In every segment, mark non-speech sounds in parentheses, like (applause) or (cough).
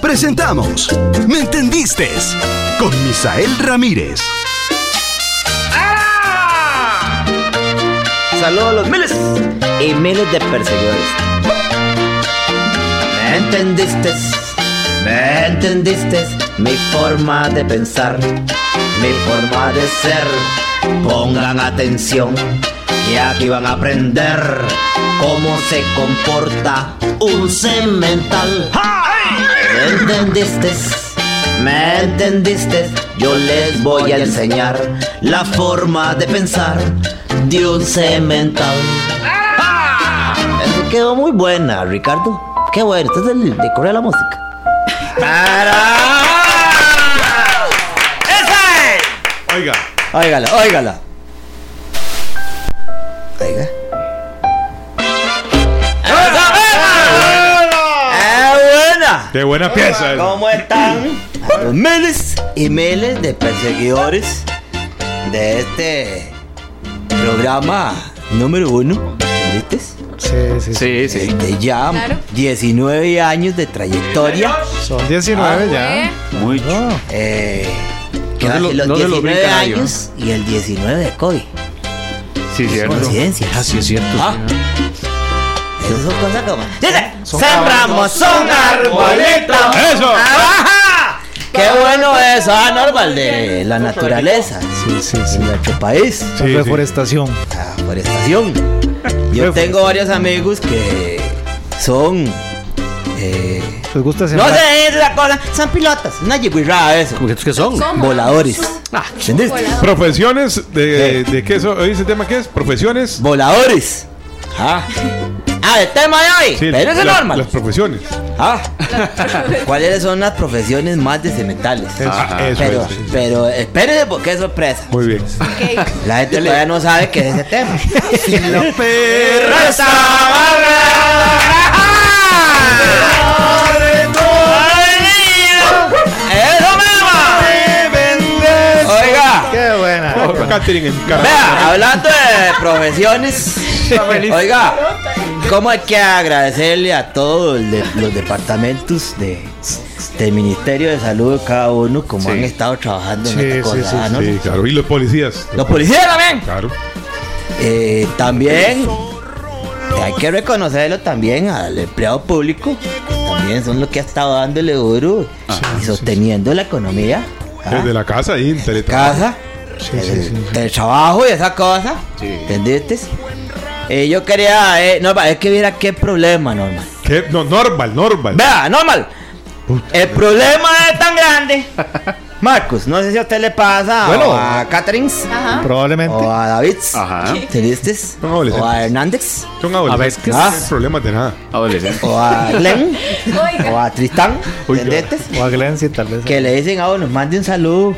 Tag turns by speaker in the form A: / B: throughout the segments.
A: Presentamos ¿Me entendiste? Con Misael Ramírez.
B: ¡Ah!
C: Saludos a los miles y miles de perseguidores. ¿Me entendiste? ¿Me entendiste? Mi forma de pensar, mi forma de ser. Pongan atención y aquí van a aprender cómo se comporta un cemental. ¿Me entendiste? ¿Me entendiste? Yo les voy a enseñar la forma de pensar de un cemental. Eh, Quedó muy buena, Ricardo. Qué bueno, este es el de Corea la Música.
D: Oiga,
C: Óigala, óigala. Oiga. ¡Ah, buena!
D: qué buena pieza. esa.
C: ¿Cómo están? A los miles y miles de perseguidores de este programa número uno. ¿Viste?
B: Sí, sí, sí.
E: Sí, sí.
C: De ya
F: Claro.
C: 19 años de trayectoria.
B: Son 19 ya.
F: ¿Eh?
E: Mucho.
C: Eh, que
E: No se
C: hace
E: lo-
C: los
E: no se lo
C: 19
E: brinca nadie,
C: años y el 19 de COVID.
E: Sí, cierto.
C: Coincidencias.
E: Ah, sí, es cierto. sí,
C: Ah.
E: ¿no?
C: Esas son cosas como.
B: Son
C: Sembramos un arbolito.
D: ¡Eso!
C: ¡Abaja! ¡Qué bueno es, ah, Norval! De la naturaleza
B: Sí, sí, sí.
C: en nuestro país.
B: Son
D: sí.
B: reforestación.
C: La
E: (laughs)
C: forestación. Yo tengo varios amigos que son. eh,
B: ¿Les gusta
C: no
B: sembrar?
C: sé, es la cosa. Son pilotas. Una yigüirrada eso.
E: ¿Cómo que estos qué son?
F: ¿Cómo?
C: Voladores.
F: Su-
C: ¿Entendiste?
F: volador.
D: Profesiones de, de qué es hoy ese tema qué es? Profesiones.
C: Voladores. Ah. Ah, el tema de hoy.
D: Sí,
C: Pero es
D: la-
C: normal.
D: Las profesiones.
C: Ah. ¿Cuáles son las profesiones más desementales?
D: Eso, eso
C: Pero,
D: es. sí, sí.
C: pero espérense porque es sorpresa.
D: Muy bien. Oh,
F: Ok.
C: La gente todavía no sabe qué es ese
D: (laughs)
C: tema.
D: Perra ¡Ah!
C: ¡Eso mismo! Oiga,
B: Qué buena.
D: Catering en cara.
C: vea, hablando de profesiones. Oiga, ¿cómo hay que agradecerle a todos el de- los departamentos de, del Ministerio de Salud de cada uno como
E: Sí.
C: han estado trabajando en
B: Sí,
C: esta
B: sí,
C: cosa?
B: sí,
C: ah, ¿no?
D: Sí, claro. Y los policías.
C: Los policías también.
D: Claro.
C: Eh, también hay que reconocerlo también al empleado público. que También son los que ha estado dándole duro
B: Ah,
C: y sosteniendo la economía. ah,
D: Desde la casa ahí en teletrabajo.
C: casa,
B: Sí, sí,
C: el,
B: sí, sí.
C: del trabajo y esa cosa. ¿Entendiste? Eh, yo quería, eh, Normal, es que viera qué problema, Normal.
D: ¿Qué? No, normal, normal.
C: Vea, Normal.
B: eh.
C: El problema es tan
B: (laughs)
C: grande. Marcos, no sé si a usted le pasa
B: Bueno.
C: o a Caterings
F: Ajá.
B: Probablemente.
D: Oh.
C: o a David.
E: Ajá.
C: ¿Entendiste?
D: Son
C: O a
D: adolescentes.
C: Hernández.
D: Son adolescentes.
E: A ver, ¿qué
D: no
C: es?
D: tienen problemas de nada.
E: Adolescente.
C: o a Glenn
F: Oiga.
C: o a Tristán,
D: Uy,
C: ¿entendés?
B: O a Glenn, sí, tal vez.
C: Que le dicen a uno, mande un saludo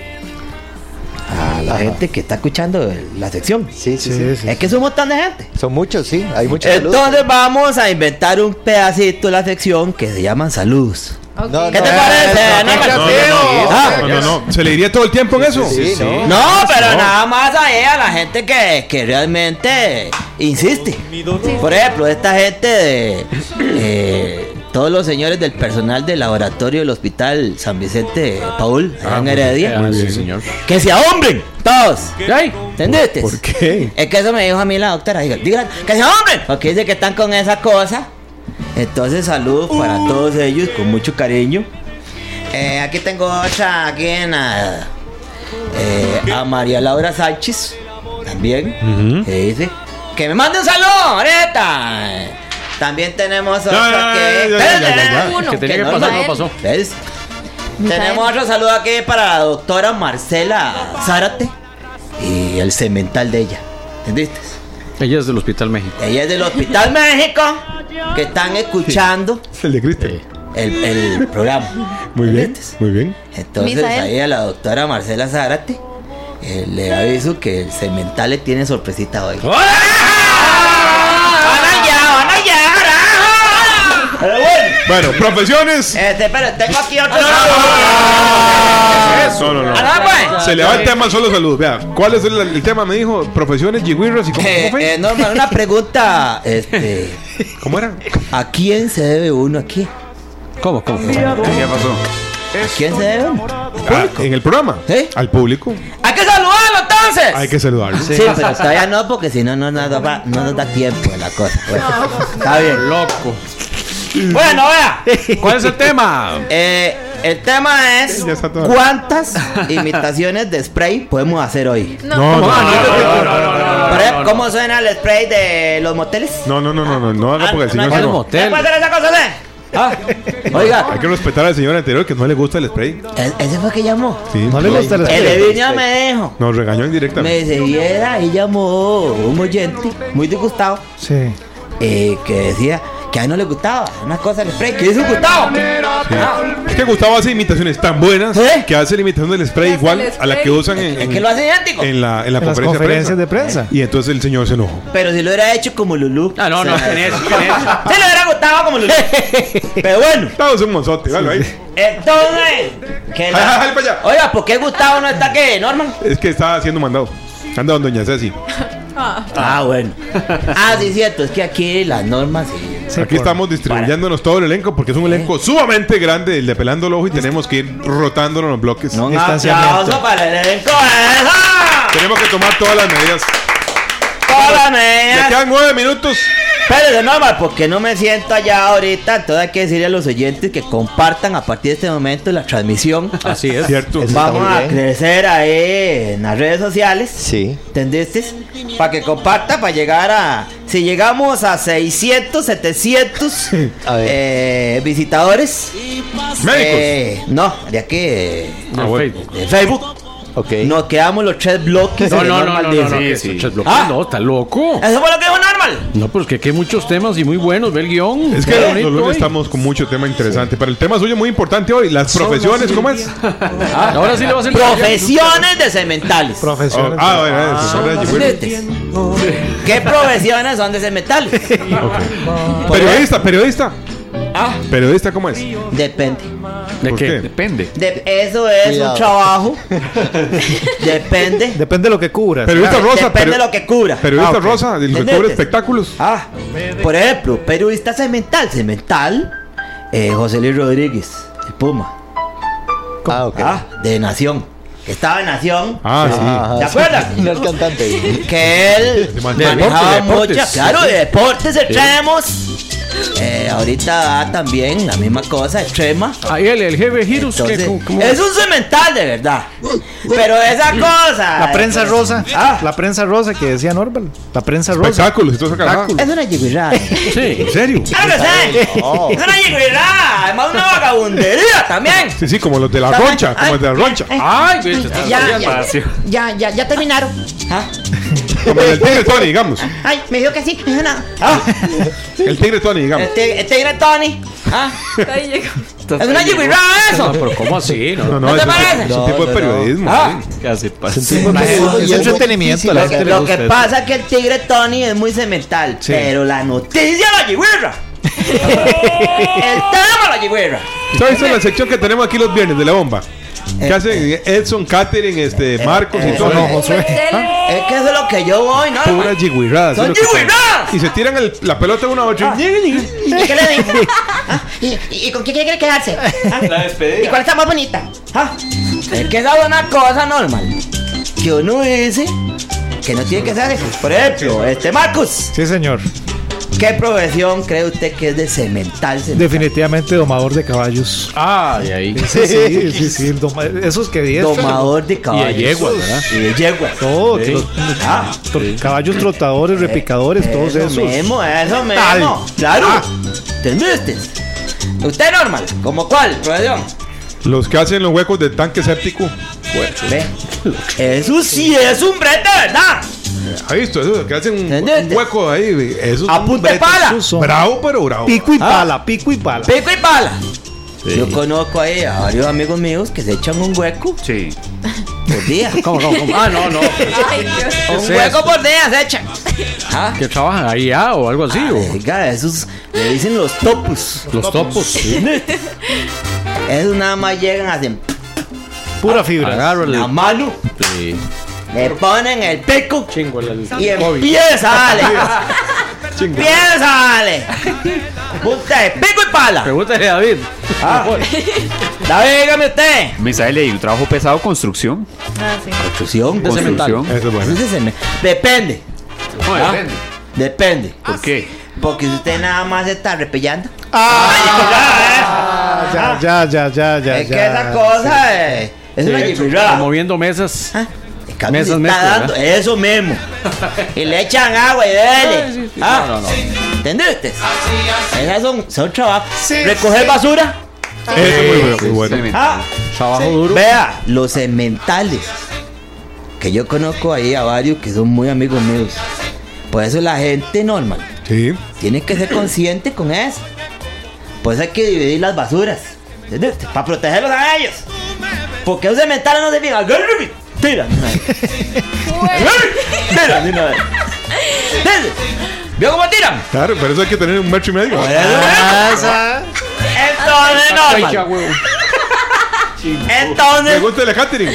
C: a la gente que está escuchando el- la sección.
G: Sí, sí, sí.
B: Sí, sí.
C: Es que es un montón de gente.
G: Son muchos, sí. Hay muchos
H: Eh,
G: saludos.
C: Entonces vamos a inventar un pedacito de la sección que se llaman saludos.
F: Ok.
G: No,
C: ¿Qué te
G: no,
C: parece?
G: no,
C: Aníbal?
D: No, no, no.
C: Ah,
D: No, no, no. ¿Se le diría todo el tiempo en eso?
G: Sí, sí,
D: ¿Eh?
G: ¿no?
C: No, pero nada más ahí a la gente que, que realmente insiste. Por ejemplo, esta gente de eh, todos los señores del personal del laboratorio del hospital San Vicente Paul, allá
D: Ah,
C: en
D: muy
C: Heredia,
D: bien.
E: Sí, señor.
C: que se ahombren todos.
E: ¡Ay!
C: ¿Entendiste?
D: ¿Por qué?
C: Es que eso me dijo a mí la doctora. Diga, diga, que se ahombren. Porque dice que están con esa cosa. Entonces, saludos para
D: Uh.
C: todos ellos con mucho cariño. Eh, aquí tengo otra, aquí en la- eh, a María Laura Sánchez. También. Que dice que me mande un saludo, ahorita. También tenemos otra
D: no, no,
C: que.
D: no, no,
C: Espérate,
D: no, no,
C: espérate,
D: no,
F: no, no.
E: Que tenía
C: que
E: que
C: no,
E: pasar, no
F: Ismael.
E: pasó.
C: ¿Ves?
F: Misael.
C: Tenemos otro saludo aquí para la doctora Marcela Zárate y el cemental de ella. ¿Entendiste?
E: Ella es del Hospital México.
C: Ella es del Hospital México que están escuchando
D: Es el de Cristian.
C: el, el programa.
D: Muy bien.
C: ¿Entendiste?
D: Muy bien.
C: Entonces
F: Misael.
C: ahí a la doctora Marcela Zárate eh, le aviso que el cemental le tiene sorpresita hoy. ¡Van allá, van allá! Pero bueno,
D: Bueno, profesiones.
C: este, pero tengo aquí otro
D: Ah,
C: saludo.
D: No, no, no.
C: Ah, bueno.
D: Se le va el tema solo salud. Vea, ¿cuál es el, el tema? Me dijo profesiones, yigüirros y cómo,
C: Eh,
D: cómo fue?
C: eh, Norman, una pregunta. Este,
D: ¿Cómo era?
C: ¿A quién se debe uno aquí?
E: ¿Cómo? ¿Cómo?
F: ¿Qué pasó?
C: ¿Quién se debe?
D: Ah, en el programa.
C: ¿Eh?
D: Al público.
C: ¡Hay que saludarlo entonces!
D: Hay que saludarlo.
C: Sí, pero todavía no, porque si no, no, nos da- no nos da tiempo la cosa. pues. Está bien.
E: Loco.
C: Bueno, vea.
E: (laughs) ¿Cuál es el tema?
C: Eh, el tema es:
D: Ya está todo.
C: ¿cuántas imitaciones de spray podemos hacer hoy?
D: No, no, no, no,
C: Por ejemplo, ¿Cómo suena el spray de los moteles? Ah,
D: no, no, no, no, no, no haga porque el señor se
E: ¿Cuál es
D: eno-
E: motel?
C: ¿Puede hacer esa cosa, usted?
E: (laughs)
C: Oiga,
D: Hay que respetar al señor anterior que no le gusta el spray.
C: ¿e- ese fue que llamó.
D: Sí,
B: No le gusta el
C: El de
B: spray.
C: Viña me dijo.
D: Nos regañó
C: Me
D: indirectamente.
C: dice, viera, y llamó un oyente muy disgustado
B: Sí.
C: eh, que decía que a él no le gustaba una cosa del spray, que es disgustado.
D: Sí. Es que Gustavo hace imitaciones tan buenas
C: ¿Eh?
D: que hace la imitación del spray
G: Hace
D: igual
G: el
D: a la que
G: spray.
D: usan en,
C: Es
D: en-
C: que lo hace idéntico.
D: en la,
B: En
D: en la
B: las
D: conferencia,
B: conferencias de prensa.
D: Y entonces el señor se enojó.
C: Pero si lo hubiera hecho como Lulú.
E: Ah, no,
C: se
E: no,
C: la-
E: en eso,
C: Se (laughs)
E: en eso.
C: lo hubiera gustado como
B: (laughs)
C: Lulú. Pero bueno,
D: Estamos un monzote, vale, ahí.
C: entonces. que la-
D: Ay, ay, ay, para allá.
C: Oiga, ¿por qué Gustavo no está aquí, Norman?
D: Es que está siendo mandado. Anda don Doña Ceci.
C: Ah, bueno. Ah, sí, cierto, es que aquí las normas. sí.
B: Sí,
D: Aquí
B: por-
D: estamos distribuyéndonos todo el elenco porque es un elenco sumamente grande, el de Pelando el Ojo, y tenemos que ir rotándolo en los bloques.
C: No, un
B: Distanciamiento.
C: aplauso para el elenco. ¡Esa!
D: Tenemos que tomar todas las medidas.
C: ¡Hola,
D: Ya
C: nena!
D: quedan nueve minutos.
C: Espérense, Norma, porque no me siento allá ahorita. Entonces hay que decirle a los oyentes que compartan a partir de este momento la transmisión.
E: Así es.
D: Cierto.
H: Ah, Eso está
C: Vamos
H: muy
C: a
H: bien.
C: crecer ahí en las redes sociales.
H: Sí.
C: ¿Entendiste? Para que comparta, para llegar a. Si llegamos a 600, 700
H: (laughs) A ver.
C: eh, visitadores.
D: Médicos.
C: eh, no, de aquí. eh,
E: En el Facebook.
C: De Facebook.
H: Ok. Ah,
C: Nos quedamos los tres bloques.
E: No,
C: de
E: no, no,
C: Normal
E: no,
C: Dice.
E: no, no,
F: sí,
E: que
F: sí.
E: escuchas bloqueo.
C: Ah.
E: No, está loco.
C: Eso fue lo que dijo Normal.
E: No, pues que, que muchos temas y muy buenos, ve el guión.
D: Es
E: Qué
D: que los
E: bonito,
D: lunes
E: ¿eh?
D: estamos con mucho tema interesante. Pero el tema suyo muy importante hoy, las profesiones, ¿cómo es?
E: Ah, ahora sí le va a hacer
C: Profesiones de cementales.
D: Oh,
B: Profesiones.
D: ah, bueno, eso, era Jimmy.
C: ¿Qué profesiones son de cementales?
D: Periodista, periodista. Periodista, ¿cómo es?
C: Depende.
E: ¿De
D: ¿Por
E: qué?
D: qué?
F: Depende.
C: De- eso es
H: Cuidado.
C: un trabajo. Depende.
B: Depende de lo que cubras.
D: Periodista rosa.
C: Depende
D: peri-
C: de lo que cubra.
D: Periodista
B: Ah, ok.
D: rosa, el que
C: ¿Entendiste?
D: cubre espectáculos.
C: Ah, por ejemplo, periodista cemental. Cemental, eh, José Luis Rodríguez, el Puma.
H: Ah, ok.
C: Ah, de Nación. Que estaba en Nación.
D: Ah,
H: Ajá,
C: ¿Te
H: sí.
C: acuerdas?
H: No es cantante.
C: Que él
D: Deporte,
C: manejaba
E: deportes.
C: muchas, claro, de deportes extremos. Eh, ahorita da también la misma cosa, extrema.
E: Ahí el, el jefe Girus.
C: Entonces,
E: que, como- como-
C: es un cemental de verdad. Pero esa cosa.
B: La prensa
C: eh,
B: rosa.
C: Ah.
B: La prensa rosa que decía Norval. La prensa
D: sí.
B: rosa.
D: Espectáculos, y todo eso, carajo.
C: Es una yigüirada.
E: Sí.
D: ¿En serio?
C: ¡Claro que sí!
H: No.
C: Es una yigüirada. Además, una vagabundería también.
D: Sí, sí, como los de la
C: Ay,
D: roncha, como los de la roncha.
E: Ay, güey, te estás
I: Ya,
E: cambiando.
I: ya, ya, ya, ya terminaron.
C: Ah, (laughs)
D: Como el del Tigre Tony, digamos.
I: Ay, me dijo que sí.
C: ah,
D: El Tigre Tony, digamos.
C: este, este era Tony. Ah,
G: Ahí llegó.
C: es una yigüirada
E: No,
C: eso.
E: pero ¿cómo así? No,
D: No,
C: ¿No
D: no,
C: te
D: es un-
C: parece?
D: es un tipo de periodismo.
C: Ah,
E: ¿Qué hace?
B: La gente- pues, Es entretenimiento. La
C: lo que,
B: gente le
C: lo
B: gusta
C: que
B: eso.
C: pasa es que el tigre Tony es muy cemental. Pero la noticia de la yigüirra. el tema de la yigüirra.
D: ¿Sabes esa es la sección que tenemos aquí los viernes de la bomba? Que hacen Edson, Catering, este, Marcos y todo.
B: No, Josué.
C: Es que eso es lo que yo voy, ¿no?
D: Pura yigüirrada. eso
C: ¡Son
D: es lo que
C: yigüirradas!
D: Y se tiran el- la pelota una a otra.
I: ¿Y qué le
B: (laughs)
I: dijo? Ah, ¿Y, y con quién quiere quedarse? Ah, ¿Y cuál está más bonita?
C: Ah, es que esa es una cosa normal. Que uno dice que no tiene que ser así. Por ejemplo, este Marcus.
B: Sí, señor.
C: ¿Qué profesión cree usted que es de cemental? cemental?
B: Definitivamente domador de caballos.
E: Ah, de ahí.
B: Sí, sí, sí. sí, el doma- Esos que diestran.
C: Domador de
E: Y de
C: caballos.
E: yeguas, ¿verdad?
C: Y de yeguas.
B: Todo,
E: Sí.
B: los-
C: Ah,
B: tro- caballos trotadores, repicadores, todos
C: Eh, eso
B: esos. Ah.
C: mismo, eso mismo. Claro. ¿Entendiste? Usted normal. ¿Como cuál, profesión?
D: Los que hacen los huecos del tanque séptico.
B: Pues,
C: Ve.
B: eh.
C: Eso sí es un brete, ¿verdad?
D: ¿Ha visto? Eso que hacen un,
C: ¿Entendiste?
D: un hueco ahí. güey. Eso es
B: Ah,
C: A
D: un
C: punta de
D: brete.
C: pala. Ah.
B: Esos son
D: Bravo, pero bravo.
B: Pico pues, y pala, pico y pala.
C: Pico y pala. Yo conozco ahí a varios amigos míos que se echan un hueco
F: Sí.
C: por
B: (laughs)
C: día.
E: ¿Cómo, cómo, cómo? Ah, no, no.
G: Ay, Dios.
C: un
E: es
C: hueco por día se echan. Ah,
E: Que trabajan ahí ah, o algo así. o
C: Oiga, esos le dicen los topus.
E: los topos. Sí.
C: Esos nada más llegan, hacen
B: Pura fibra.
E: Agárrale.
C: la mano,
E: Sí.
C: le ponen el pico
E: Chingo el
C: y
E: COVID.
C: empieza, Ale. empieza, Ale. Punta de pico y
F: pala.
E: Pregúntale a David.
F: David, dígame usted.
H: Misael, ¿y un trabajo pesado construcción?
G: Ah, sí.
F: Construcción,
E: De cemental.
H: Construcción.
D: Eso es bueno.
F: Entonces, se me- Depende,
H: No,
F: Ah.
H: depende.
F: depende.
B: Ah,
H: ¿Por qué?
C: Porque si usted nada más está repellando. eh.
B: Ya, Ah, ya, ya, ya, ya.
C: es
B: ya.
C: que esa cosa eh, es una yifirra.
E: Moviendo mesas.
C: Ah, el cambio
E: Mesas,
C: le está
E: mezcla,
C: dando eso mismo. y le echan agua y dele.
E: sí, sí.
C: Ah,
E: No, no, no.
C: ¿Entendiste? Esas son, son trabajos. Recoger basura.
D: Eso es muy bueno, muy bueno.
C: Ah,
E: Trabajo duro.
C: Vea, los cementales. Que yo conozco ahí a varios que son muy amigos míos. Por eso la gente normal
D: Sí.
C: tiene que ser consciente con eso. Por eso hay que dividir las basuras. ¿Entendiste? Para protegerlos a ellos. Porque un cemental no se diga, "Agárrame,
E: (laughs)
C: tira. de una vez". Tira de una vez. ¿Entiendes?
F: ¿Vio cómo tiran?
D: Claro, pero eso hay que tener un metro y medio.
E: Ah,
C: Por eso, Entonces, normal. Entonces,
D: Pregúntale a Katherine.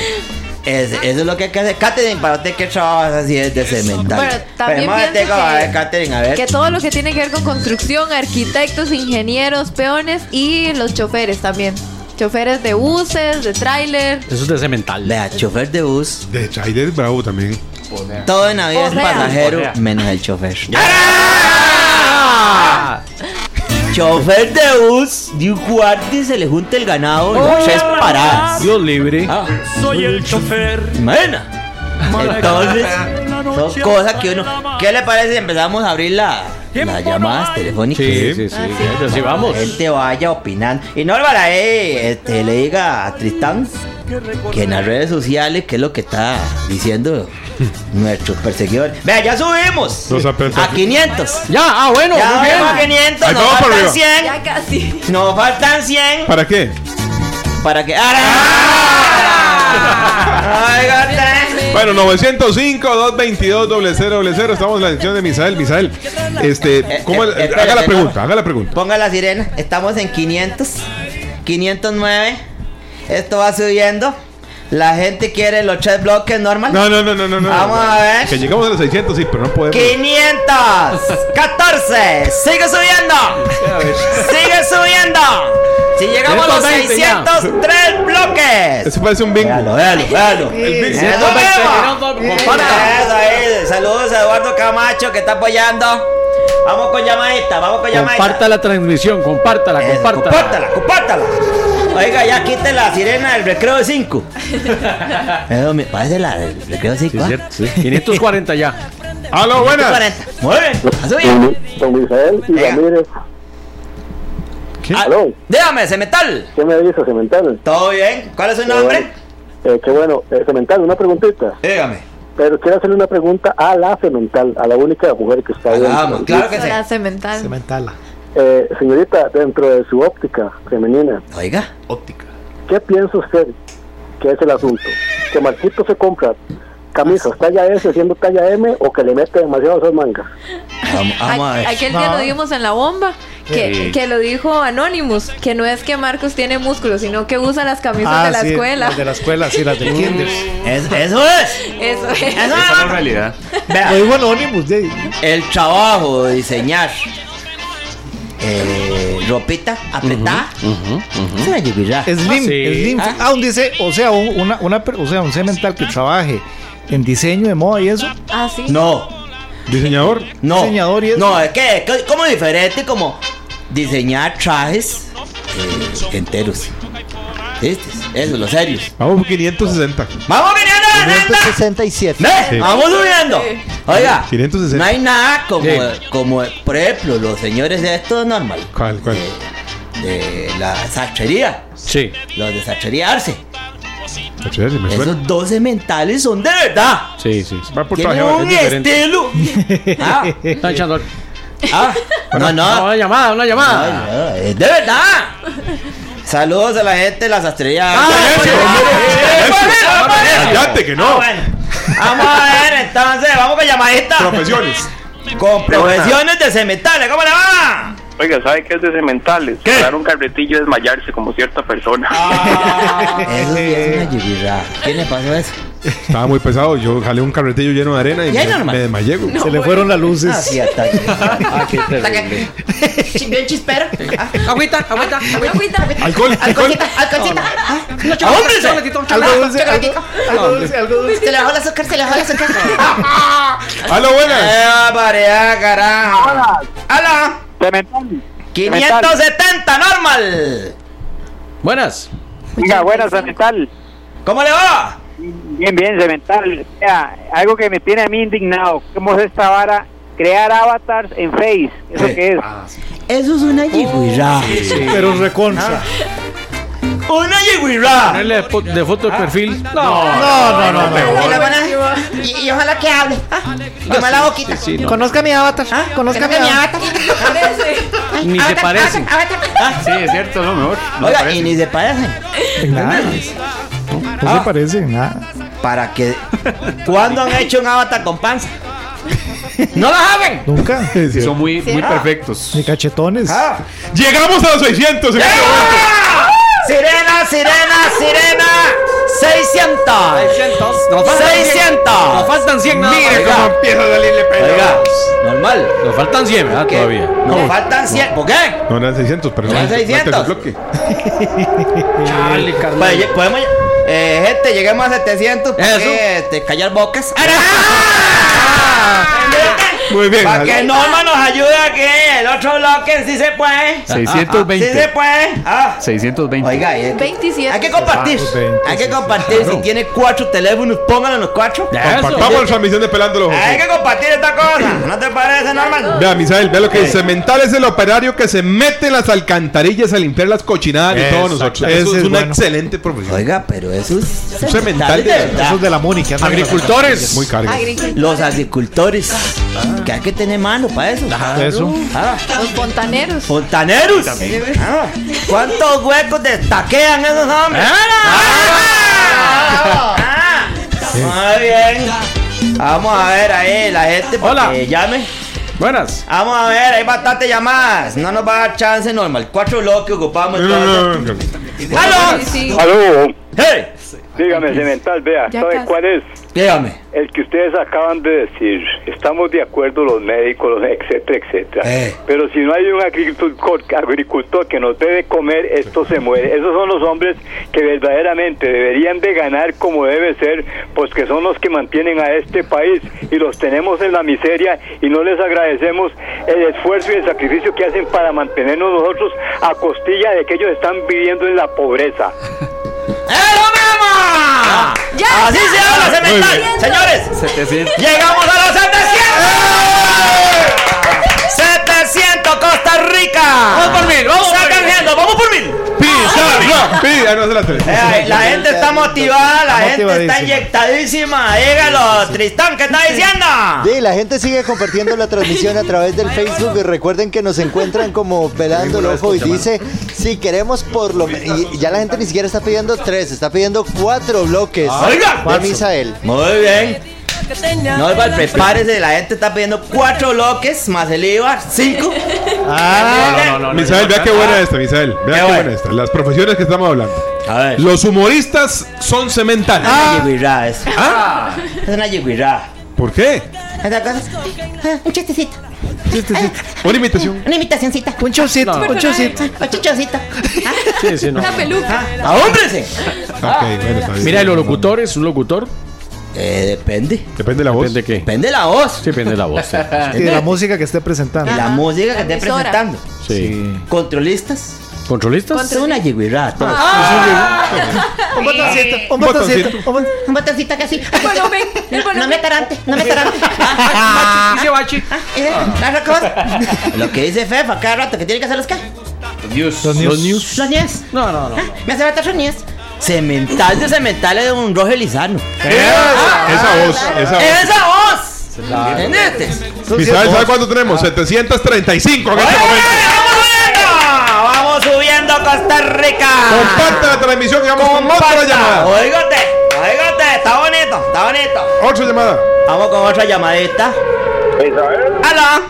C: Es- eso es lo que hay que hacer. Catherine, ¿para usted qué trabajas así es de cemental?
G: Bueno, también
C: Pero, madre,
G: pienso
C: tengo, a
G: que-
C: ver, Catherine, a ver.
G: Que todo lo que tiene que ver con construcción, arquitectos, ingenieros, peones y los choferes también. Choferes de buses, de tráiler.
E: Eso es de cemental.
C: Vea, chofer de bus,
D: De hecho, ahí es bravo también.
C: todo en la vida
G: O
C: es
G: sea.
C: pasajero,
E: O sea.
C: menos el chofer.
E: Ah.
C: Chofer de bus, de un cuarto y se le junta el ganado en tres paradas.
E: Dios libre.
J: Soy el chofer.
C: Ah. Imagina. Entonces, son cosas que uno. ¿Qué le parece si empezamos a abrir la, las llamadas telefónicas?
E: Sí, sí, sí. sí. Así vamos.
C: La gente vaya opinando. Y no eh, este, le diga a Tristán que en las redes sociales, que es lo que está diciendo nuestros perseguidores. Vea, ya subimos
D: Los apen-
C: a 500.
E: Ya, ah, bueno,
C: Ya
E: muy bien.
C: vamos a 500,
D: Ahí
C: nos
D: vamos para
C: faltan
D: arriba.
C: 100.
G: Ya casi.
C: Nos faltan 100
D: ¿Para qué?
C: para que. ¡Ah! Oiga, tres.
D: Bueno, 905-222-0000. Estamos en la edición de Misael. Misael, este,
C: Eh,
D: ¿cómo
C: eh,
D: es?
C: espérate,
D: haga la
C: no.
D: pregunta, haga la pregunta.
C: Ponga la sirena, estamos en 500, 509. Esto va subiendo. La gente quiere los tres bloques normal.
D: No, no, no, no, no. no.
C: Vamos a ver.
D: Que llegamos a los 600, sí, pero no podemos.
C: 514. Sigue subiendo. Sigue subiendo. Si llegamos a los
E: 120 ya.
C: 603 bloques.
D: Ese parece un bingo.
C: Véalo, véalo, véalo.
D: El bingo.
C: Eso mismo.
E: Comparta.
C: Eso ahí. Saludos a Eduardo Camacho que está apoyando. Vamos con llamadita, vamos con llamadita.
E: Comparta la transmisión, compártala,
C: Eso,
E: compártala.
C: compártala, compártala. Oiga, ya quite la sirena del recreo
E: (laughs)
C: 5. Eso me parece la del recreo ¿ah? 5.
E: Sí, cierto, sí. 540 ya.
D: Aló, buenas.
C: 40. Muy bien. A subir.
K: Don Misael y
C: Venga.
K: Ramírez,
C: Ah,
K: Aló.
C: Dígame, Cemental.
K: ¿qué me dice Cemental?
C: ¿Todo bien? ¿Cuál es su nombre?
K: Eh, qué bueno, eh, Cemental, una preguntita.
C: Dígame.
K: Pero quiero hacerle una pregunta a la Cemental, a la única mujer que está ahí.
C: Hagamos, claro que sí.
G: Para cemental.
B: Cementala.
K: Eh, señorita, dentro de su óptica femenina,
C: Oiga.
K: ¿qué piensa usted que es el asunto? ¿Que Marquito se compra camisas talla S siendo talla M o que le mete demasiado a esas mangas?
C: Vamos, vamos a
G: A-
C: ver.
G: Aquel día lo dimos en la bomba. Que, que lo dijo Anonymous, que no es que Marcos tiene músculos, sino que usa las camisas
E: Ah,
G: de la
B: sí,
G: escuela.
B: las De la escuela, sí, las del kinder.
C: Es- eso es.
G: Eso es.
C: Eso
H: Esa es la
C: es.
H: realidad.
B: Lo dijo Anonymous, de
C: El trabajo de diseñar eh, ropita apretada. Es una yuguirá.
B: Slim,
E: sí.
B: Slim.
C: Ah.
B: Ah, un dice, o sea, un, una, una, per- o sea, un cemental que trabaje en diseño de moda y eso.
G: Ah, sí.
C: No,
D: Diseñador.
C: no.
B: Diseñador y eso.
C: No, es que es que- como diferente como diseñar trajes eh, enteros. ¿Viste? Eso, los serios.
D: Vamos por 560.
C: ¡Vamos viniendo a la gente!
F: 67.
C: ¡Ve!
D: Sí.
C: ¡Vamos subiendo! Oiga,
D: 560.
C: no hay nada como,
E: Sí.
C: como, por ejemplo, los señores de esto normal.
D: ¿Cuál, cuál?
C: De la sachería.
E: Sí.
C: Los de sachería Arce.
D: Ocho, ese me suena.
C: Esos 12 mentales son de verdad.
E: Sí, sí. sí.
D: Va por
C: Tienen
D: traje,
C: un
D: es diferente.
C: estilo. ah,
E: Están echando.
C: ah, no,
E: No,
C: no.
E: una llamada, una llamada.
C: Ay, no, es de verdad. Saludos a la gente de la sastrería.
D: ¡Ah,
C: Arce.
D: eso!
C: ¡Eh,
D: ¡Eso!
C: ponelo, ponelo!
D: ¡Cállate que
C: Ah,
D: no!
C: bueno. Vamos a ver, entonces, vamos con llamadita.
D: Profesiones.
C: Con profesiones de cementales, ¿cómo le va?
K: Oiga, ¿sabe qué es de Cementales?
C: ¿Qué? Ah. Dar
K: un carretillo y (laughs) desmayarse como cierta persona.
L: Ah.
C: Eso sí es una yubirá. ¿Quién le pasó eso?
D: Estaba muy pesado. Yo jalé un carretillo lleno de arena y,
C: Y ahí
D: me,
C: normal.
D: me desmayé. güey.
B: Se le fueron las luces.
C: Ah, sí, ataque. Ah, qué terrible.
L: Chi- Bien chispero. Ah,
C: Agüita, agüita, agüita.
G: Agüita.
D: Alcohol, alcohol.
L: Alcoholcita, alcoholcita. Ah, no, chocolate,
C: ¡Ahómbrese!
L: chocolatito, un
B: Algo
L: chocolate,
B: dulce, algo,
L: chocolatito.
B: algo dulce, algo dulce.
L: Se le bajó el azúcar, se le bajó el
C: (laughs)
L: azúcar.
D: ¡Aló, buenas!
C: ¡Ah, varea, carajo! ¡Hala! 570 normal.
E: Buenas.
M: Diga, buenas, Cemental.
C: ¿Cómo le va?
M: Bien, bien, Cemental. Vea, algo que me tiene a mí indignado. ¿Cómo es esta vara? Crear avatars en Face. ¿Eso
C: Sí.
M: qué es?
L: Eso es una yigüirá.
B: Pero recontra.
C: ¡Una yigüirá!
E: Ponerle de, po- de foto de perfil.
B: No, no, no, no.
L: Y, la van a- y- y ojalá que hable. Ah, de mala boquita.
E: Sí, no.
B: Conozca mi avatar.
L: Ah,
B: Conozca mi
L: que no me
B: avatar.
L: avatar.
E: Ni se
L: Avatar,
E: parecen. Ah,
L: avatar, avatar.
N: Sí, es cierto, lo mejor. No
L: Oiga,
N: parece.
L: y ni se parecen.
B: Nada. No se parece nada.
L: Para que.
C: Ah. ¿Cuándo han hecho un avatar con panza? ¡No la saben!
B: Nunca.
N: Son muy, muy
G: Ah.
N: perfectos.
B: Ni cachetones.
D: Llegamos a los 600 en este momento.
L: ¡Sirena, sirena, sirena! ¡600!
C: 600. Nos faltan
L: 600.
C: 100. Nos faltan 100 nada más.
N: Mire
C: Oiga,
N: cómo empieza a salirle pedo.
C: Oiga, normal.
E: Nos faltan 100, ¿verdad?
C: ¿Qué?
E: Ah, Todavía.
C: Nos faltan 100. ¿Por qué?
D: No eran 600, pero no
C: Eran
D: no te
C: 600.
D: desbloque.
C: Pues, ye- podemos. lle- Eh, gente, lleguemos a 700 para
E: Eso.
C: que este, callar bocas. (laughs) ¡Ah!
D: Muy bien.
C: Para que Norma nos ayude a que el otro bloque sí se puede. Sí se
N: 620.
C: puede. Ah.
N: 620.
C: Oiga, y es que-
G: 27.
C: hay que compartir.
B: Ah, 20,
C: Hay que compartir. Si tiene cuatro teléfonos, pónganlo en los cuatro.
D: Compartamos la transmisión de Pelando los
C: Hay
D: Ojos.
C: que compartir esta cosa. ¿No te parece, normal?
D: Vea, Misael, vea lo que
C: Ey.
D: dice. Cemental es el operario que se mete en las alcantarillas a limpiar las cochinadas de todos nosotros.
B: Ese
D: Eso es
B: es
D: una
B: bueno.
D: excelente profesión.
C: Oiga, pero eso es.
D: Un cemental de
B: Esos de la Mónica. andan en la-
E: Agricultores.
D: Muy caro.
G: Agricultores.
C: Los agricultores. Que hay que tener mano para eso.
B: Eso.
C: Ah,
G: Los fontaneros.
C: fontaneros. Ah, ¿Cuántos huecos destaquean esos hombres? Ah, ah, Muy bien. Vamos a ver ahí la gente para
E: Hola.
C: que llame.
E: Buenas.
C: Vamos a ver, hay bastantes llamadas. No nos va a dar chance normal. Cuatro bloques ocupamos.
D: No, no, no, no.
C: ¡Halo!
G: Sí, sí.
M: Aló,
C: ¡Hey!
M: dígame, Cemental, vea,
G: Ya
M: ¿sabe
G: casi.
M: cuál es?
C: Dígame.
M: El que ustedes acaban de decir, estamos de acuerdo los médicos, los etcétera, etcétera.
C: Eh.
M: Pero si no hay un agricultor, agricultor que nos debe comer, esto se muere. Esos son los hombres que verdaderamente deberían de ganar como debe ser, pues que son los que mantienen a este país y los tenemos en la miseria y no les agradecemos el esfuerzo y el sacrificio que hacen para mantenernos nosotros a costilla de que ellos están viviendo en la pobreza.
C: ¡Halo, mamá!
G: Ya,
C: ¡Así
G: ya.
C: se habla,
D: Muy
C: cemental!
D: bien.
C: Señores,
N: 700.
C: llegamos a los ¡Eh! 700. ¡700 Costa Rica! ¡Vamos por mil! ¡Vamos por mil! ¡Vamos por mil!
D: Pizarra. Pi- ah, no, se la tres.
C: Eh, la gente está motivada, la
B: Está
C: gente está
B: motivadísima.
C: inyectadísima. Dígalo, Tristán, ¿qué está diciendo?
O: Sí, la gente sigue compartiendo la transmisión a través del Facebook y recuerden que nos encuentran como velando el ojo y dice si queremos por lo menos y ya la gente ni siquiera está pidiendo tres, está pidiendo cuatro bloques.
C: Oiga.
O: de Misael.
C: Muy bien. Norval, prepárese, la gente está pidiendo cuatro bloques, más el IVA, cinco.
L: Ah.
N: No, no, no, no,
D: Misael,
N: no,
D: vea
N: no.
D: qué buena esta, Misael. Vea qué
C: bueno.
D: buena esta. Las profesiones que estamos hablando.
C: A ver.
D: Los humoristas son cementales.
C: Es
L: Ah.
C: una yigüirá eso. Es una yigüirá.
D: ¿Por qué?
L: Esa cosa. Ah, Un chistecito.
D: Una imitación.
L: Una imitacioncita.
B: Un chocito, un chocito.
L: Un chichoncito.
E: Sí, sí, no.
G: Una peluca.
C: ¡Ahómbrese!
D: Ok, bueno, está bien.
E: Mira, el locutor es un locutor.
C: Eh, depende.
D: Depende de la voz.
E: ¿Depende de qué?
C: Depende de la voz.
E: Sí, depende de la voz. sí.
B: Y de la música que esté presentando.
C: Y la música que
G: La
C: esté
G: emisora.
C: presentando.
E: Sí.
C: Controlistas. pues,
E: ¿Controlistas?
C: Es una yigüirá. todo.
L: Ah.
B: Un botoncito, un
D: botoncito.
B: botoncito. un bot-
L: Un botoncito que así.
G: El volumen, el
L: No
G: volumen.
L: me tarante, no
E: (laughs)
L: me tarante.
E: Dice Bachi. Ah.
L: Las cosas.
C: (laughs) Lo que dice Fefa cada rato que tiene que hacer los qué?
B: Los news.
L: Los niños.
E: No, no, no.
L: Ah, Me hace falta los niños.
C: Cemental de cemental es un rojo lizano.
D: Esa voz, esa voz.
C: Ah, ¡Esa voz! ¿Entendiste?
D: Misael, ¿sabe cuánto tenemos? 735 en este momento.
C: ¡Vamos subiendo! ¡Vamos subiendo Costa Rica!
D: Comparte la transmisión y vamos con otra llamada.
C: Oígate, oígate, está bonito, está bonito.
D: Otra llamada.
C: Vamos con otra llamadita.
K: Isabel,
C: ¡Hala!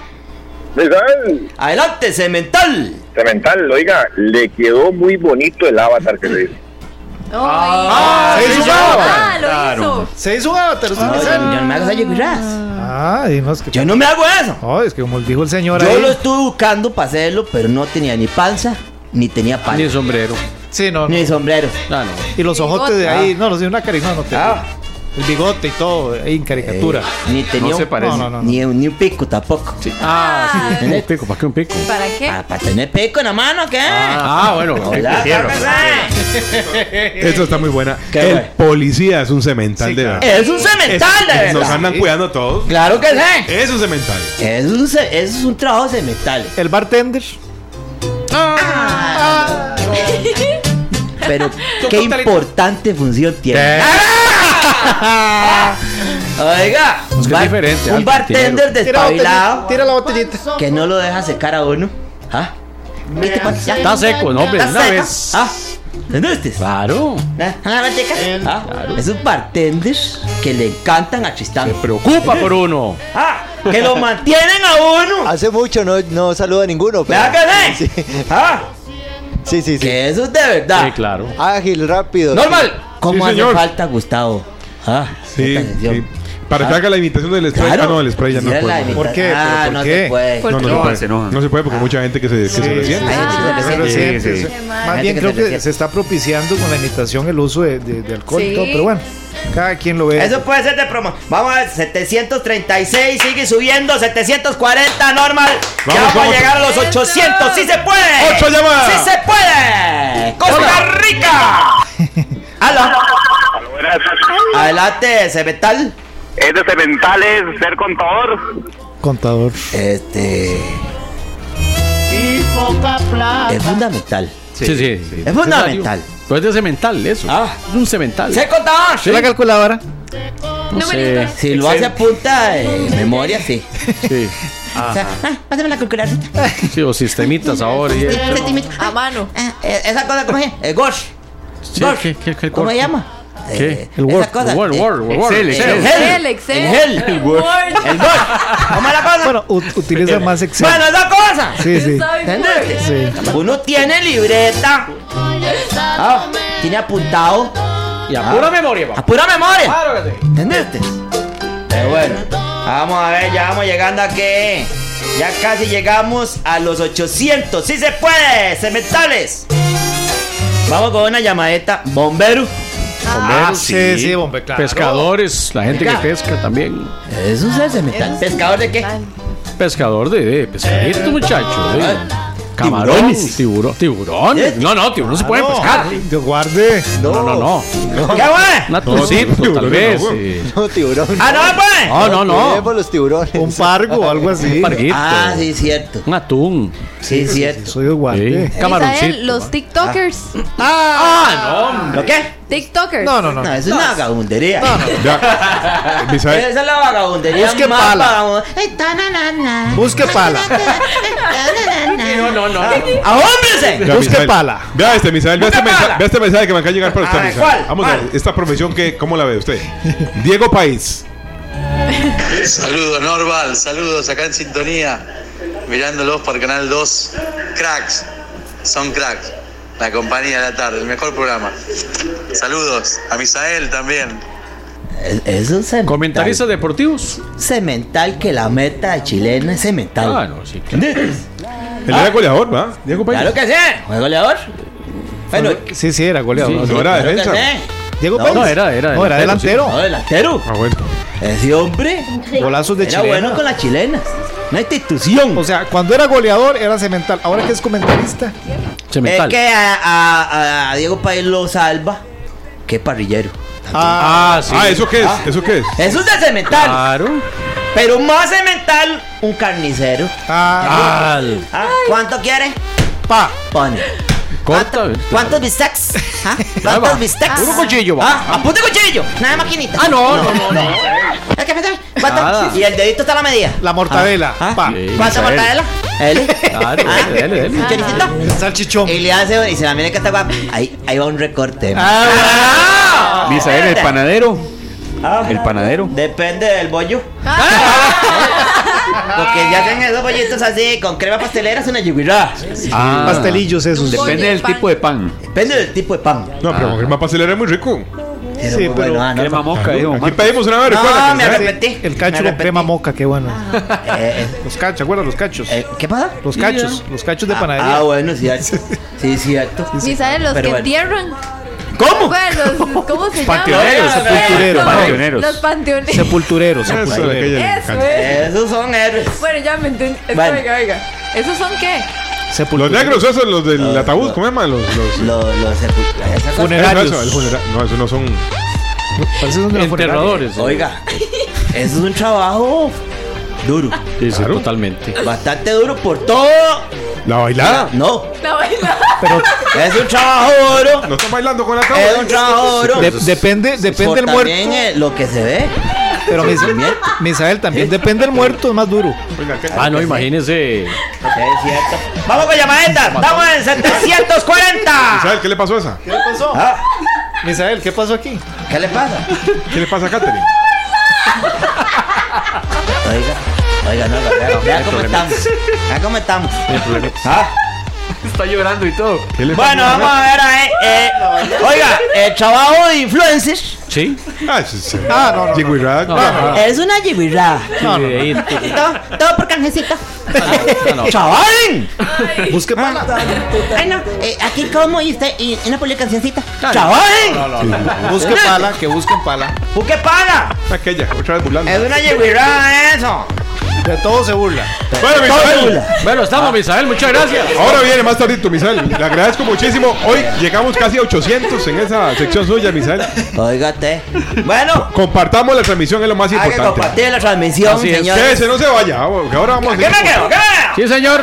K: Isabel,
C: Adelante, cemental.
K: Cemental, oiga, le quedó muy bonito el avatar que le hizo.
G: Ah,
B: se hizo un avatar.
G: lo hizo.
B: Se hizo un avatar. usted
C: No,
B: me
C: yo-
B: sabe.
C: yo no me hagas ahí,
B: Ah, y no, es que-
C: Yo no me hago eso.
B: No, es que como dijo el señor
C: Yo
B: ahí.
C: lo estuve buscando para hacerlo, pero no tenía ni panza, ni tenía panza. Ni
E: sombrero.
B: Sí, no.
C: Ni sombrero.
E: No, no.
B: Y los ojotes de ahí. No, los de una caricatura. No, no te-
C: Ah.
B: El bigote y todo, ahí en caricatura.
C: Eh, Ni tenía
B: No se
C: un-
B: parece. No, no, no,
C: Ni, un, ni un pico tampoco.
E: Ah,
C: sí.
E: Un pico, ¿para qué un pico?
G: ¿Para qué?
C: Ah, para tener pico en la mano, ¿qué?
E: Ah, bueno.
C: Hola,
D: Esto está muy buena.
C: Qué
D: el
C: bueno.
D: policía es un cemental de verdad.
C: Es un cemental, de
D: Nos
C: verdad.
D: andan cuidando a todos.
C: Claro que sí.
D: Es un cemental.
C: Es un, ce- es un trabajo de metal.
B: El bartender.
E: Ah.
C: Pero
B: (laughs)
C: qué importante función
B: Eh.
C: tiene. Oiga,
E: Es que es
C: bar-
E: diferente,
C: un
E: algo
C: bartender
B: Tira la
C: despabilado
B: botellita, tira la botellita.
C: que no lo deja secar a uno. ¿Ah? ¿Viste cuánto? Ya.
E: Está seco, no, hombre,
C: Está
E: una
C: seco.
E: vez.
C: Ah, ¿entendiste?
E: Claro.
C: Ah, ah, manteca. Ah, Es un bartender que le encantan a Tristán. Se
E: preocupa por uno.
C: Ah, que lo mantienen a uno.
O: Hace mucho no, no saluda a ninguno. Pero...
C: ¿Verdad que
O: Ah, Sí.
C: Ah,
O: sí, sí, sí.
C: que eso es de verdad.
E: Sí, claro.
O: Ágil, rápido.
C: Normal. ¿Cómo hace
D: señor.
C: falta Gustavo? Ah,
D: Sí,
C: esta canción.
D: sí. Para que
C: Ah.
D: haga la imitación del spray.
C: Claro.
D: Ah, no, el spray ya no
C: Quisiera la
D: puede.
C: imitación. ¿Por qué? Ah,
D: ¿Pero
C: no se puede.
D: No, no,
P: No,
D: se
P: se
D: puede.
P: enojan.
D: No se puede porque mucha gente que se, que se resiente.
B: Se
P: Sí,
B: resiente,
P: sí.
B: se- Más
C: Gente
B: bien
C: que
B: creo
C: se
B: que
C: resiente.
B: se está propiciando con la imitación el uso de, de- de alcohol y todo,
G: Sí.
B: pero bueno, cada quien lo ve.
C: Eso puede ser de promo. Vamos a ver, 736, sigue subiendo, 740 normal. ya
D: Vamos,
C: vamos,
D: vamos.
C: a llegar a los 800, sí se puede.
D: ¡Ocho llamadas!
C: Sí se puede. Costa Rica. Aló. Adelante, Cemental.
M: Es de Cementales, ser contador.
B: Contador.
C: Este,
Q: Y poca plata.
C: es fundamental.
E: Sí, sí.
C: Es fundamental.
E: Pues es de cemental, eso. Ah, es un cemental.
C: Se contador.
E: Sí.
B: La calculadora.
E: No sé.
C: Si lo hace a punta de memoria, sí.
E: Sí.
C: O sea, ah, pásame la calculadora.
E: Sí, o sistemitas ahora y eso.
G: A mano.
C: Ah, eh, esa cosa, ¿cómo se llama? Eh, Gosh.
E: Sí,
C: Gosh.
E: ¿qué- qué- qué
C: ¿Cómo se
E: cosa?
C: llama?
E: ¿Qué?
C: El Word. Esa cosa.
E: Word,
C: eh,
E: Word, Word.
P: Excel,
C: El
P: Excel.
C: Excel.
G: El Excel.
C: El Excel.
G: El Word.
C: El Word. ¿Cómo es la cosa?
B: Bueno, ut- utiliza más Excel.
C: Bueno, esa cosa.
B: Sí, sí.
C: ¿Entendés?
B: sí.
C: Uno tiene libreta. Ah, tiene apuntado.
E: Y a pura memoria,
C: A
E: papá.
C: pura memoria.
E: Claro que sí.
C: ¿Entendiste? Pero bueno. Vamos a ver, ya vamos llegando aquí. Ya casi llegamos a los 800. ¡Sí se puede! ¡Cementales! Vamos con una llamadeta. Bombero.
P: Ah,
B: Sí, sí, hombre, claro.
E: Pescadores, la gente que
C: Venga.
E: pesca también.
C: Eso es el cemental. ¿Pescador de qué?
E: Pescador de, de pescadito, muchacho. de-
C: Ah.
E: Camarón, tiburón, tiburón.
C: ¿Eh?
E: No, no, tiburón no se puede
B: No,
E: pescar.
B: Dios guarde.
E: No, no, no.
C: Ah, ¿Qué va?
E: Un atuncito, tal
D: tiburón,
E: vez.
D: no,
E: eh.
O: (laughs) No, tiburón.
C: ¡Ah, no, pues!
E: No, no, no.
O: Cuidemos los tiburones.
B: Un pargo o algo así.
E: Un parguito.
C: Ah, sí, cierto.
E: Un atún.
C: Sí, cierto.
B: Soy Dios guarde.
E: Sí.
G: Misael,
E: Camaroncito.
G: ¿eh? los TikTokers.
C: Ah, no. ¿Lo qué?
G: TikTokers.
B: No, no, no.
C: No, eso es una vagabundería. (laughs)
D: Ya. Misael,
C: Esa es la vagabundería.
B: Busque
C: más
B: pala.
C: vagabunda.
B: Busque pala.
E: No, no, no.
C: ¡A hombres!
D: Ya,
B: Busque
D: Misael.
B: pala.
D: Vea este, Misael. Vea
C: Busque
D: este, mensa-
C: pala.
D: vea este mensaje que me acaba de llegar para usted,
C: A ver,
D: Misael.
C: ¿cuál?
D: Vamos a
C: ¿Cuál?
D: ver, esta profesión, que, ¿cómo la ve usted? Diego País.
K: Saludos Norval, saludos acá en sintonía, mirándolos por Canal 2. Cracks, son cracks. La compañía de la tarde, el mejor programa. Saludos a Misael también.
C: Es un cemental.
E: Comentaristas deportivos.
C: Cemental que la meta chilena es cemental.
E: Ah, no, sí, claro.
D: Él era goleador, ¿va? Diego País.
C: Claro que sí. ¿Fue goleador? Bueno,
B: Sí, sí, era goleador.
D: No era
C: Pues, claro que
D: defensa.
C: sí.
B: Diego
C: No,
B: Pérez.
E: no, era- era
B: No, era
E: delantero,
B: delantero.
C: No, delantero.
D: Ah, bueno.
C: Ese hombre.
B: Golazos de
C: Era
B: chilena.
C: bueno con las chilenas. Una institución.
B: O sea, cuando era goleador era cemental. Ahora que es comentarista.
E: Cemental.
C: Es que a, a- a Diego País lo salva. Qué parrillero.
E: Ah, sí.
D: Ah, ¿eso qué es? ¿Eso qué es?
C: Eso es de cemental.
E: Claro.
C: Pero más cemental, un carnicero.
B: Ah,
E: Al.
C: Ah, ¿Cuánto quiere?
B: pa.
C: Pone.
E: Corta. este,
C: ¿Cuánto- ¿Cuántos bistecs?
E: (laughs)
C: ¿Ah?
E: Ahí va.
C: ¿Cuántos bistecs?
E: Puro cuchillo, va.
C: Ah, a punta de cuchillo. Nada de maquinita.
E: Ah, no, no, no, no.
C: Es que, espérate, ¿cuánto?
E: Nada.
C: Y el dedito está a la medida.
B: La mortadela.
C: Ah,
B: Pa.
E: sí.
C: ¿Cuánto
E: Misael.
C: mortadela? Él.
E: Claro,
C: Ah,
E: dale, dale, dale.
C: un choricito.
B: Salchichón.
C: Y le hace, y se la mira que está guapa. Ahí, ahí va un recorte.
B: Ah,
P: Misael, el panadero.
C: Ah.
P: El panadero.
G: Ah.
C: Depende del bollo. Porque ya hacen esos bollitos así, con crema pastelera, es una yugurá.
R: Ah.
E: Pastelillos esos.
R: Depende del tipo de pan.
C: Depende del tipo de pan.
D: No, pero con crema pastelera es muy rico.
C: Sí, pero ah,
R: crema moca, dijo
D: Aquí
R: Marco.
D: pedimos una vez,
C: No,
D: recuerda.
C: me
D: que-
C: arrepentí.
E: El cacho
C: Me
E: con
C: arrepentí.
E: crema moca, qué bueno.
C: Eh, eh,
E: Los cachos, ¿se acuerdan los cachos?
C: ¿Qué pasa?
E: Los cachos, los cachos de panadería.
C: Eh, Ah, bueno, sí, sí,
E: (laughs)
C: sí, cierto.
G: Ni saben los
C: Pero
G: que
C: bueno.
G: entierran.
C: ¿Cómo?
G: Bueno, los- ¿Cómo se llama?
E: Panteoneros,
G: Los-
E: sepultureros.
G: los-
E: Panteoneros.
G: Los panteoneros.
E: Sepultureros,
D: Eso,
E: sepultureros.
D: aquella-
G: Eso es.
C: Esos son héroes.
G: Bueno, ya me entendí. Es que,
C: Bueno.
G: Oiga, oiga. ¿Esos son qué?
D: Los
E: Sepultureros.
D: negros, esos, los del ataúd,
C: no.
D: ¿cómo se llaman? Los, los,
C: Los, los sepultura- esas cosas-
E: Funerarios.
D: Eso, eso, el funera- No, esos no son.
E: Parece donde los funerarios.
S: Enterradores.
C: Oiga, eso es un trabajo duro.
S: Sí, sí,
D: Claro.
S: totalmente.
C: Bastante duro por todo.
D: La
E: Ah.
D: bailada.
C: No,
G: La baila.
E: Pero
C: es un trabajo duro.
D: No están bailando con el ataúd.
C: Es un trabajo duro.
E: de- depende,
C: Por
E: depende del
C: también,
E: muerto.
C: eh, lo que se ve.
E: Pero mis-
C: Mier-
E: Misael también depende del muerto, es más duro.
D: Oiga, ¿qué-
S: Ah, no, imagínese.
C: Es cierto. Vamos con llamaditas. Estamos en 740.
D: ¿Sabes qué le pasó a esa?
E: ¿Qué pasó?
C: Ah,
E: Misael, ¿qué pasó aquí?
C: ¿Qué le pasa?
D: ¿Qué le pasa a Katherine?
C: Oiga, oiga, no, vea, vea cómo estamos. Vea cómo estamos. Ah.
R: Está llorando y todo.
D: ¿Qué le
C: Bueno,
D: pasó
C: vamos a ver, a, eh, eh, oiga, el trabajo de influencers
S: Sí.
D: Ah, sí, sí. Ah, no, no.
C: es una yibirá.
S: No, no.
C: Todo, todo por canjecito.
S: no, no.
C: ¡Chaval!
E: Busque palas.
C: Ay, no, eh, aquí como y usted, y una publica cancioncita. ¡Chaval!
E: Busque pala, que busquen pala.
C: ¿Tú qué paga?
D: Aquella, Ah, otra vez burlando.
C: Es una yibirá eso.
E: De todo se burla.
D: Bueno, Misael.
S: Bueno, estamos, Misael, muchas gracias.
D: Ahora viene más tardito, Misael. Le agradezco muchísimo. Hoy llegamos casi a 800 en esa sección suya, Misael.
C: Óigate. Bueno,
D: Compartamos la transmisión, es lo más
C: hay que
D: importante.
C: compartir la transmisión,
S: Así es.
C: señores.
D: Quédese, no se vaya. vamos, que Ahora vamos a
C: ¿Qué
D: seguir
C: me
D: con-
C: quedo? ¿Qué me quedo?
S: Sí, señor.